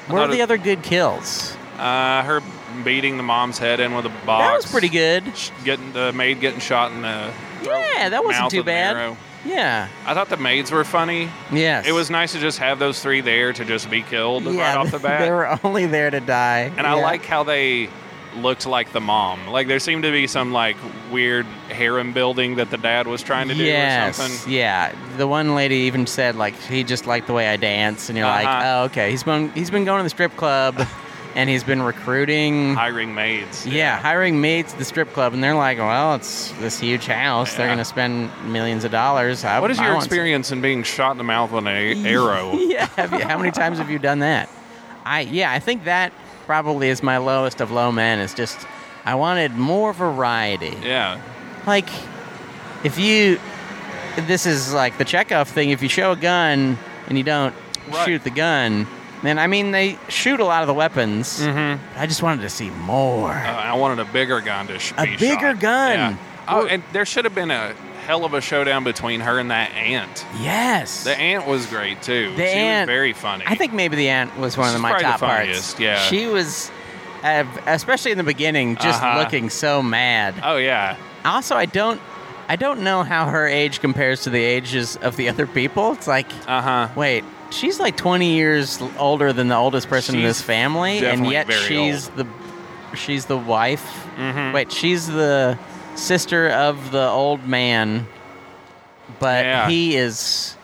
[SPEAKER 1] Where
[SPEAKER 2] thought
[SPEAKER 1] were the
[SPEAKER 2] it-
[SPEAKER 1] other good kills?
[SPEAKER 2] Uh, her beating the mom's head in with a box.
[SPEAKER 1] That was pretty good.
[SPEAKER 2] Sh- Getting the maid getting shot in the throat,
[SPEAKER 1] Yeah, that wasn't
[SPEAKER 2] mouth
[SPEAKER 1] too
[SPEAKER 2] with an
[SPEAKER 1] bad.
[SPEAKER 2] arrow.
[SPEAKER 1] Yeah.
[SPEAKER 2] I thought the maids were funny.
[SPEAKER 1] Yes.
[SPEAKER 2] It was nice to just have those three there to just be killed right off the bat.
[SPEAKER 1] They were only there to die.
[SPEAKER 2] and I
[SPEAKER 1] Yeah.
[SPEAKER 2] like how they looked like the mom. Like there seemed to be some like weird harem building that the dad was trying to do
[SPEAKER 1] yes,
[SPEAKER 2] or something.
[SPEAKER 1] Yeah. The one lady even said like he just liked the way I dance and you're like,
[SPEAKER 2] Uh-huh.
[SPEAKER 1] "Oh, okay. He's been he's been going to the strip club and he's been recruiting
[SPEAKER 2] Hiring maids.
[SPEAKER 1] yeah, hiring maids at the strip club and they're like, "Well, it's this huge house. They're
[SPEAKER 2] Yeah.
[SPEAKER 1] going to spend millions of dollars." I,
[SPEAKER 2] What is
[SPEAKER 1] I
[SPEAKER 2] your
[SPEAKER 1] want some-
[SPEAKER 2] experience in being shot in the mouth with an a- arrow?
[SPEAKER 1] yeah. Have you, how many times have you done that? I yeah. I think that probably is my lowest of low men. Is just I wanted more variety.
[SPEAKER 2] yeah.
[SPEAKER 1] Like if you, this is like the Chekhov thing. If you show a gun and you don't
[SPEAKER 2] Right.
[SPEAKER 1] shoot the gun, then I mean they shoot a lot of the weapons.
[SPEAKER 2] Mm-hmm.
[SPEAKER 1] But I just wanted to see more.
[SPEAKER 2] Uh, I wanted a bigger gun to sh-
[SPEAKER 1] A
[SPEAKER 2] be
[SPEAKER 1] bigger
[SPEAKER 2] shot.
[SPEAKER 1] gun.
[SPEAKER 2] Yeah. Oh, and there should have been a hell of a showdown between her and that ant.
[SPEAKER 1] yes.
[SPEAKER 2] The ant was great too.
[SPEAKER 1] The
[SPEAKER 2] she
[SPEAKER 1] ant-
[SPEAKER 2] was very funny.
[SPEAKER 1] I think maybe the ant was one of
[SPEAKER 2] She's
[SPEAKER 1] my
[SPEAKER 2] probably the
[SPEAKER 1] top parts.
[SPEAKER 2] funniest, yeah.
[SPEAKER 1] She was, uh, especially in the beginning, just
[SPEAKER 2] Uh-huh.
[SPEAKER 1] looking so mad.
[SPEAKER 2] Oh yeah.
[SPEAKER 1] Also, I don't, I don't know how her age compares to the ages of the other people. It's like,
[SPEAKER 2] Uh huh.
[SPEAKER 1] wait, she's like 20 years l- older than the oldest person in
[SPEAKER 2] She's
[SPEAKER 1] this family, and
[SPEAKER 2] definitely
[SPEAKER 1] yet
[SPEAKER 2] very
[SPEAKER 1] she's the, she's the wife.
[SPEAKER 2] Mhm.
[SPEAKER 1] Wait, she's the sister of the old man, but
[SPEAKER 2] Yeah.
[SPEAKER 1] he is.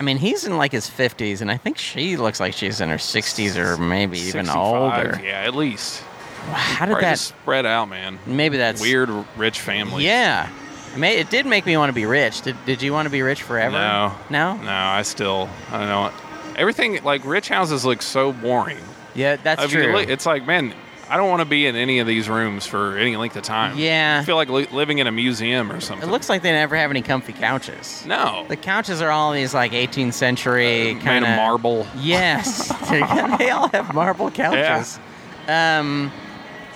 [SPEAKER 1] I mean, he's in like his 50s, and I think she looks like she's in her 60s or maybe even
[SPEAKER 2] 65,
[SPEAKER 1] older.
[SPEAKER 2] Yeah, at least.
[SPEAKER 1] How did
[SPEAKER 2] Probably
[SPEAKER 1] that?
[SPEAKER 2] just spread out, man?
[SPEAKER 1] Maybe that's
[SPEAKER 2] Weird r- rich family.
[SPEAKER 1] Yeah. It ma- It did make me want to be rich. Did, did you want to be rich forever?
[SPEAKER 2] No.
[SPEAKER 1] No?
[SPEAKER 2] No, I still I don't know. Everything like rich houses look so boring.
[SPEAKER 1] Yeah, that's
[SPEAKER 2] If you
[SPEAKER 1] true.
[SPEAKER 2] li- it's like, man, I don't want to be in any of these rooms for any length of time.
[SPEAKER 1] Yeah.
[SPEAKER 2] I feel like li- living in a museum or
[SPEAKER 1] it
[SPEAKER 2] something.
[SPEAKER 1] looks like they never have any comfy couches.
[SPEAKER 2] no.
[SPEAKER 1] The couches are all these like 18th century
[SPEAKER 2] Uh, made
[SPEAKER 1] kind
[SPEAKER 2] of marble.
[SPEAKER 1] Yes. they all have marble couches. Um,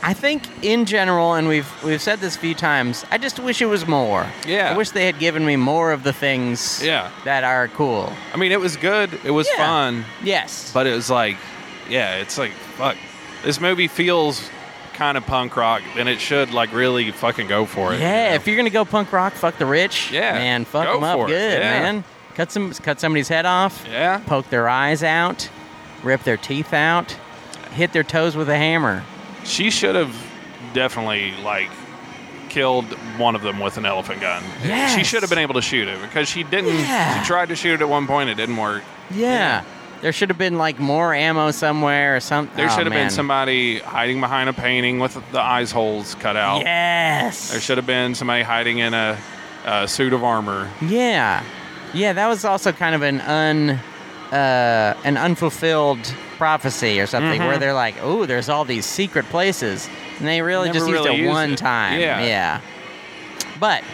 [SPEAKER 1] I think in general, and we've we've said this a few times, I just wish it was more.
[SPEAKER 2] Yeah.
[SPEAKER 1] I wish they had given me more of the things
[SPEAKER 2] Yeah.
[SPEAKER 1] that are cool.
[SPEAKER 2] I mean, it was good. It was
[SPEAKER 1] Yeah.
[SPEAKER 2] fun,
[SPEAKER 1] Yes.
[SPEAKER 2] but it was like, yeah, it's like, fuck. This movie feels kind of punk rock, and it should like really fucking go for it. you
[SPEAKER 1] Yeah,
[SPEAKER 2] know?
[SPEAKER 1] if you're gonna go punk rock, fuck the rich.
[SPEAKER 2] Yeah,
[SPEAKER 1] man, fuck
[SPEAKER 2] go
[SPEAKER 1] them up
[SPEAKER 2] for it.
[SPEAKER 1] good,
[SPEAKER 2] Yeah.
[SPEAKER 1] man. Cut some, cut somebody's head off.
[SPEAKER 2] Yeah.
[SPEAKER 1] Poke their eyes out, rip their teeth out, hit their toes with a hammer.
[SPEAKER 2] She should have definitely like killed one of them with an elephant gun.
[SPEAKER 1] Yes.
[SPEAKER 2] She should have been able to shoot it because she didn't.
[SPEAKER 1] Yeah.
[SPEAKER 2] She tried to shoot it at one point. It didn't work.
[SPEAKER 1] Yeah. There should have been like more ammo somewhere or Oh, something.
[SPEAKER 2] There should have been somebody hiding behind a painting with the eyes holes cut out.
[SPEAKER 1] Yes.
[SPEAKER 2] There should have been somebody hiding in a, a suit of armor.
[SPEAKER 1] Yeah, yeah, that was also kind of an un uh, an unfulfilled prophecy or something,
[SPEAKER 2] Mm-hmm.
[SPEAKER 1] where they're like, "Oh, there's all these secret places," and they really
[SPEAKER 2] Never
[SPEAKER 1] just used
[SPEAKER 2] really
[SPEAKER 1] it
[SPEAKER 2] used
[SPEAKER 1] one
[SPEAKER 2] it.
[SPEAKER 1] time.
[SPEAKER 2] Yeah.
[SPEAKER 1] yeah. But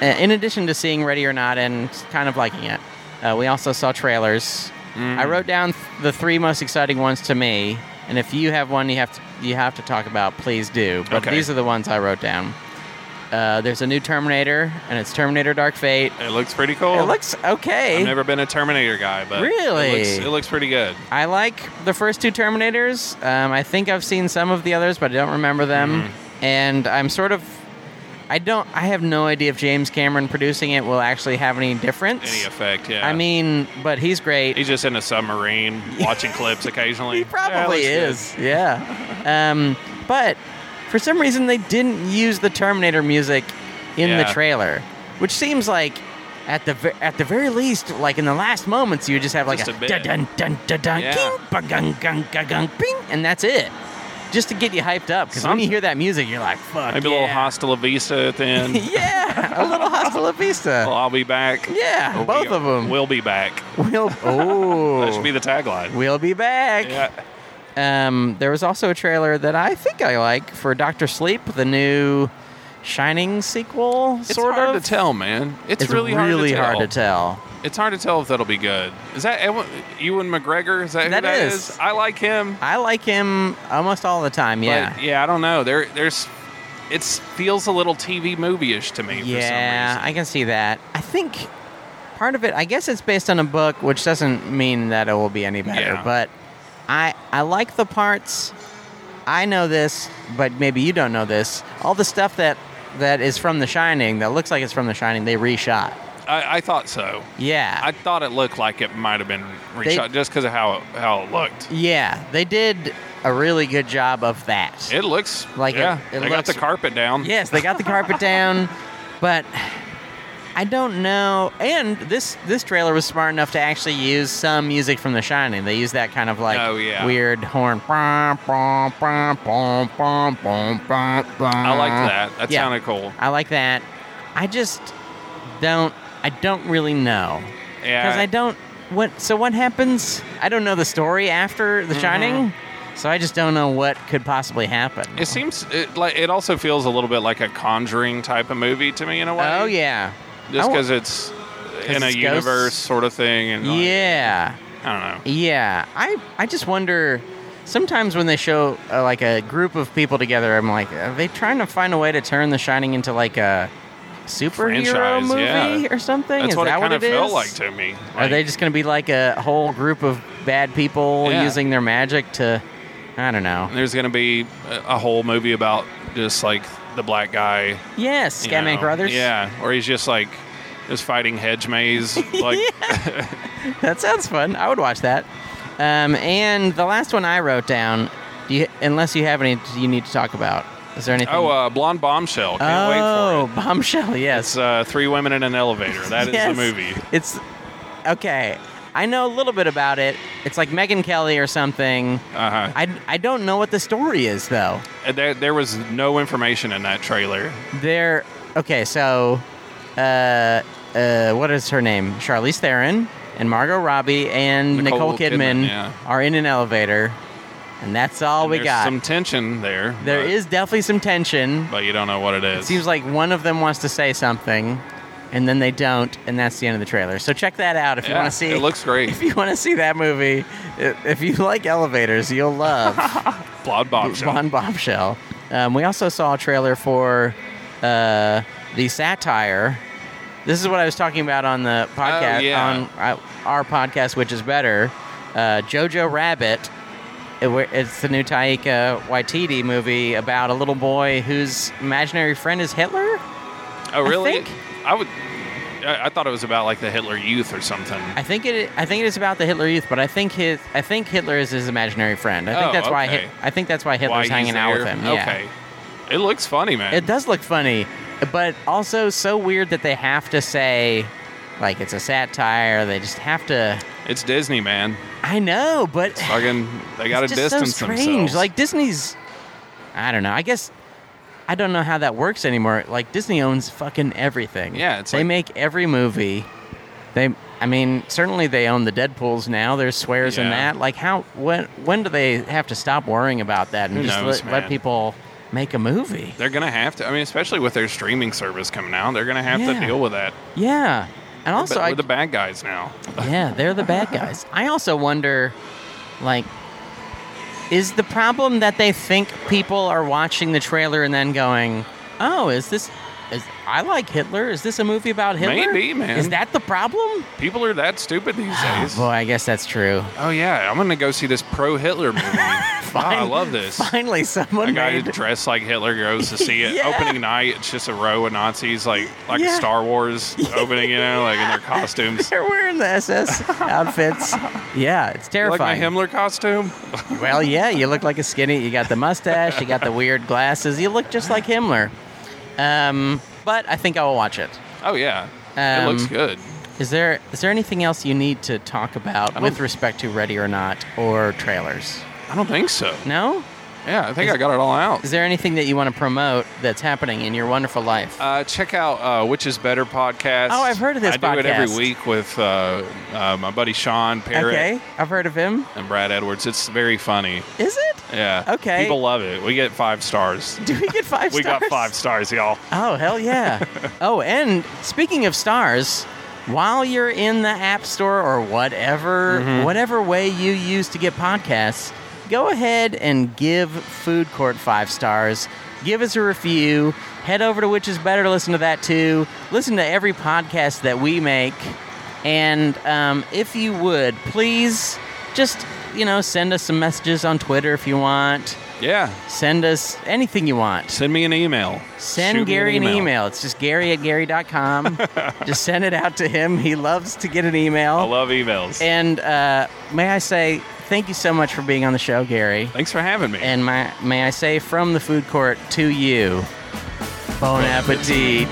[SPEAKER 1] uh, in addition to seeing Ready or Not and kind of liking it, uh, we also saw trailers. I
[SPEAKER 2] Mm.
[SPEAKER 1] wrote down th- the three most exciting ones to me, and if you have one you have to you have to talk about, please do. But
[SPEAKER 2] Okay.
[SPEAKER 1] these are the ones I wrote down. Uh, there's a new Terminator, and it's Terminator Dark Fate.
[SPEAKER 2] It looks pretty cool.
[SPEAKER 1] It looks okay.
[SPEAKER 2] I've never been a Terminator guy, but
[SPEAKER 1] Really?
[SPEAKER 2] it looks, it looks pretty good.
[SPEAKER 1] I like the first two Terminators. Um, I think I've seen some of the others, but I don't remember them.
[SPEAKER 2] Mm-hmm.
[SPEAKER 1] And I'm sort of, I don't, I have no idea if James Cameron producing it will actually have any difference.
[SPEAKER 2] Any effect? Yeah.
[SPEAKER 1] I mean, but he's great.
[SPEAKER 2] he's just in a submarine watching clips occasionally.
[SPEAKER 1] he probably
[SPEAKER 2] Yeah, it looks
[SPEAKER 1] is. Yeah. Um, but for some reason, they didn't use the Terminator music in the
[SPEAKER 2] Yeah.
[SPEAKER 1] trailer, which seems like. At the ve- at the very least, like in the last moments, you just have like
[SPEAKER 2] Just a bit.
[SPEAKER 1] dun dun dun dun dun,
[SPEAKER 2] Yeah.
[SPEAKER 1] king, ba-gung, gung, ga-gung, ping, and that's it, just to get you hyped up. Because when you
[SPEAKER 2] Something.
[SPEAKER 1] hear that music, you're like, "Fuck
[SPEAKER 2] good. Maybe a little
[SPEAKER 1] yeah.
[SPEAKER 2] Hasta La Vista at the end.
[SPEAKER 1] yeah, a little hostile vista.
[SPEAKER 2] Well, I'll be back.
[SPEAKER 1] Yeah,
[SPEAKER 2] Or we
[SPEAKER 1] both of 'em.
[SPEAKER 2] We'll be back.
[SPEAKER 1] We'll
[SPEAKER 2] That should be
[SPEAKER 1] oh,
[SPEAKER 2] the tagline.
[SPEAKER 1] we'll be back.
[SPEAKER 2] yeah.
[SPEAKER 1] Um, there was also a trailer that I think I like for Doctor Sleep, the new Shining sequel.
[SPEAKER 2] It's
[SPEAKER 1] sort
[SPEAKER 2] hard
[SPEAKER 1] of.
[SPEAKER 2] to tell, man. It's,
[SPEAKER 1] It's,
[SPEAKER 2] really, hard, to tell.
[SPEAKER 1] tell.
[SPEAKER 2] It's hard to tell if that'll be good. Is that Ewan, Ewan McGregor? Is that who
[SPEAKER 1] That
[SPEAKER 2] that
[SPEAKER 1] is.
[SPEAKER 2] is? I like him.
[SPEAKER 1] I like him almost all the time. Yeah.
[SPEAKER 2] But yeah, I don't know. There, there's, it feels a little TV movie-ish to me.
[SPEAKER 1] yeah,
[SPEAKER 2] For some reason.
[SPEAKER 1] I can see that. I think part of it. I guess it's based on a book, which doesn't mean that it will be any better.
[SPEAKER 2] Yeah.
[SPEAKER 1] But I I like the parts. I know this, but maybe you don't know this. All the stuff that that is from The Shining, that looks like it's from The Shining, they reshot.
[SPEAKER 2] I, I thought so.
[SPEAKER 1] Yeah.
[SPEAKER 2] I thought it looked like it might have been
[SPEAKER 1] They-
[SPEAKER 2] reshot just because of how it, how it looked.
[SPEAKER 1] Yeah, they did a really good job of that.
[SPEAKER 2] It looks
[SPEAKER 1] Like,
[SPEAKER 2] like
[SPEAKER 1] it-
[SPEAKER 2] yeah.
[SPEAKER 1] it
[SPEAKER 2] they got
[SPEAKER 1] looks-
[SPEAKER 2] the carpet down.
[SPEAKER 1] yes, they got the carpet down, but I don't know. And this this trailer was smart enough to actually use some music from The Shining. They used that kind of like
[SPEAKER 2] Oh, yeah.
[SPEAKER 1] weird horn. I
[SPEAKER 2] I
[SPEAKER 1] like
[SPEAKER 2] like that. That
[SPEAKER 1] Uh-huh. Yeah.
[SPEAKER 2] sounded cool.
[SPEAKER 1] I like that. I just don't. I don't really know
[SPEAKER 2] Yeah.
[SPEAKER 1] because I don't. What so? What happens? I don't know the story after
[SPEAKER 2] Mm-hmm.
[SPEAKER 1] The Shining, so I just don't know what could possibly happen.
[SPEAKER 2] It seems it, like it also feels a little bit like a Conjuring type of movie to me in a way.
[SPEAKER 1] Oh yeah,
[SPEAKER 2] just
[SPEAKER 1] I wa-
[SPEAKER 2] because it's in a
[SPEAKER 1] it's ghosts?
[SPEAKER 2] universe sort of thing, and like,
[SPEAKER 1] yeah,
[SPEAKER 2] I don't know.
[SPEAKER 1] yeah. I I just wonder. Sometimes when they show uh, like a group of people together, I'm like, are they trying to find a way to turn The Shining into like a superhero
[SPEAKER 2] Franchise,
[SPEAKER 1] movie
[SPEAKER 2] yeah.
[SPEAKER 1] or something?
[SPEAKER 2] That's
[SPEAKER 1] is
[SPEAKER 2] what
[SPEAKER 1] that
[SPEAKER 2] it kind of
[SPEAKER 1] what it
[SPEAKER 2] felt
[SPEAKER 1] is?
[SPEAKER 2] like to me.
[SPEAKER 1] Are
[SPEAKER 2] Like,
[SPEAKER 1] they just going to be like a whole group of bad people
[SPEAKER 2] Yeah.
[SPEAKER 1] using their magic to? I don't know.
[SPEAKER 2] There's going to be a, a whole movie about just like the black guy,
[SPEAKER 1] Yes,
[SPEAKER 2] you
[SPEAKER 1] Scatman
[SPEAKER 2] know.
[SPEAKER 1] Brothers.
[SPEAKER 2] Yeah, or he's just like just fighting hedge maze. Like,
[SPEAKER 1] That sounds fun. I would watch that. Um, and the last one I wrote down, do you, unless you have any you need to talk about. Is there anything?
[SPEAKER 2] oh, uh, blonde bombshell. Can't wait
[SPEAKER 1] oh,
[SPEAKER 2] for it.
[SPEAKER 1] bombshell. Yes.
[SPEAKER 2] It's uh, three women in an elevator. That is
[SPEAKER 1] Yes.
[SPEAKER 2] the movie.
[SPEAKER 1] It's okay. I know a little bit about it. It's like Megan Kelly or something.
[SPEAKER 2] Uh
[SPEAKER 1] I, I don't know what the story is though.
[SPEAKER 2] huh. There, there was no information in that trailer.
[SPEAKER 1] They're okay. So, uh, uh, what is her name? Charlize Theron and Margot Robbie and Nicole,
[SPEAKER 2] Nicole
[SPEAKER 1] Kidman,
[SPEAKER 2] Kidman, yeah.
[SPEAKER 1] are in an elevator, and that's all
[SPEAKER 2] And
[SPEAKER 1] we
[SPEAKER 2] there's
[SPEAKER 1] got.
[SPEAKER 2] some tension there.
[SPEAKER 1] There
[SPEAKER 2] but,
[SPEAKER 1] is definitely some tension.
[SPEAKER 2] but you don't know what it is.
[SPEAKER 1] It seems like one of them wants to say something, and then they don't, and that's the end of the trailer. So check that out if you
[SPEAKER 2] Yeah,
[SPEAKER 1] want to see.
[SPEAKER 2] It looks great.
[SPEAKER 1] If you want to see that movie, i- if you like elevators, you'll love
[SPEAKER 2] Blonde bombshell.
[SPEAKER 1] Bon Bombshell. Um, we also saw a trailer for uh, the satire. This is what I was talking about on the podcast,
[SPEAKER 2] yeah.
[SPEAKER 1] on uh, our podcast, which is better. Uh, Jojo Rabbit. It- we're- it's the new Taika Waititi movie about a little boy whose imaginary friend is Hitler.
[SPEAKER 2] Oh, really?
[SPEAKER 1] think-
[SPEAKER 2] I would. I I thought it was about like the Hitler Youth or something.
[SPEAKER 1] I think it. I think it is about the Hitler Youth, but I think his. I think Hitler is his imaginary friend. I think
[SPEAKER 2] Oh,
[SPEAKER 1] that's why.
[SPEAKER 2] okay.
[SPEAKER 1] Hit, I think that's why Hitler's
[SPEAKER 2] Why he's
[SPEAKER 1] hanging out with
[SPEAKER 2] there.
[SPEAKER 1] him. Yeah.
[SPEAKER 2] Okay. It looks funny, man.
[SPEAKER 1] It does look funny, but also so weird that they have to say Like it's a satire. They just have to.
[SPEAKER 2] It's Disney, man.
[SPEAKER 1] I know, but
[SPEAKER 2] Fucking, they got to
[SPEAKER 1] it's just
[SPEAKER 2] distance
[SPEAKER 1] so strange.
[SPEAKER 2] themselves.
[SPEAKER 1] Like Disney's, I don't know. I guess I don't know how that works anymore. Like Disney owns fucking everything.
[SPEAKER 2] Yeah, it's
[SPEAKER 1] they
[SPEAKER 2] like-
[SPEAKER 1] make every movie. They, I mean, certainly they own the Deadpool's now. There's swears in
[SPEAKER 2] Yeah.
[SPEAKER 1] that. Like how when when do they have to stop worrying about that and
[SPEAKER 2] Who
[SPEAKER 1] just
[SPEAKER 2] knows,
[SPEAKER 1] let, let
[SPEAKER 2] man?
[SPEAKER 1] people make a movie?
[SPEAKER 2] they're gonna have to. I mean, especially with their streaming service coming out, they're gonna have
[SPEAKER 1] Yeah.
[SPEAKER 2] to deal with that.
[SPEAKER 1] Yeah, and also
[SPEAKER 2] but we're
[SPEAKER 1] I,
[SPEAKER 2] the bad guys now.
[SPEAKER 1] yeah, they're the bad guys. I also wonder, like, is the problem that they think people are watching the trailer and then going, "Oh, is this? Is I like Hitler? Is this a movie about Hitler?
[SPEAKER 2] Maybe, man.
[SPEAKER 1] Is that the problem?
[SPEAKER 2] People are that stupid these
[SPEAKER 1] Oh,
[SPEAKER 2] days.
[SPEAKER 1] boy, I guess that's true.
[SPEAKER 2] Oh yeah, I'm gonna go see this pro Hitler movie. wow, I love this.
[SPEAKER 1] Finally,
[SPEAKER 2] A
[SPEAKER 1] someone
[SPEAKER 2] guy
[SPEAKER 1] made.
[SPEAKER 2] dressed like Hitler goes to see it.
[SPEAKER 1] Yeah.
[SPEAKER 2] Opening night, it's just a row of Nazis, like like
[SPEAKER 1] Yeah.
[SPEAKER 2] a Star Wars opening, you know, like in their costumes.
[SPEAKER 1] They're wearing the SS outfits. Yeah, it's
[SPEAKER 2] You Like my
[SPEAKER 1] terrifying.
[SPEAKER 2] Himmler costume.
[SPEAKER 1] Well, yeah, you look like a skinny. You got the mustache. You got the weird glasses. You look just like Himmler. Um, but I think I will watch it.
[SPEAKER 2] Oh yeah, it
[SPEAKER 1] Um,
[SPEAKER 2] looks good.
[SPEAKER 1] Is there is there anything else you need to talk about
[SPEAKER 2] don't-
[SPEAKER 1] with respect to Ready or Not or trailers?
[SPEAKER 2] I don't think so.
[SPEAKER 1] No.
[SPEAKER 2] Yeah, I think I got it all out.
[SPEAKER 1] Is there anything that you want to promote that's happening in your wonderful life?
[SPEAKER 2] Uh, check out uh, Which Is Better podcast.
[SPEAKER 1] Oh, I've heard of this
[SPEAKER 2] I do it every
[SPEAKER 1] podcast.
[SPEAKER 2] week with uh, uh, my buddy Sean Parrott
[SPEAKER 1] okay, I've heard of him.
[SPEAKER 2] and Brad Edwards. It's very funny.
[SPEAKER 1] Is it?
[SPEAKER 2] Yeah.
[SPEAKER 1] Okay.
[SPEAKER 2] People love it. We get five stars.
[SPEAKER 1] Do we get five
[SPEAKER 2] We
[SPEAKER 1] stars?
[SPEAKER 2] got five stars, y'all.
[SPEAKER 1] Oh hell yeah! oh, and speaking of stars, while you're in the app store or whatever, whatever way you use to get podcasts, go ahead and give Food Court five stars. Give us a review. Head over to Which Is Better to listen to that too. Listen to every podcast that we make, and um, if you would, please just you know send us some messages on Twitter if you want.
[SPEAKER 2] Yeah.
[SPEAKER 1] Send us anything you want
[SPEAKER 2] Send me an email.
[SPEAKER 1] send
[SPEAKER 2] Shoot me
[SPEAKER 1] Gary an email. It's just Gary at Gary.com. just send it out to him. He loves to get an
[SPEAKER 2] I
[SPEAKER 1] email.
[SPEAKER 2] love emails.
[SPEAKER 1] And uh, may I say, thank you so much for being on the show, Gary.
[SPEAKER 2] Thanks for having me.
[SPEAKER 1] And my, may I say, from the food court to you, bon appetit.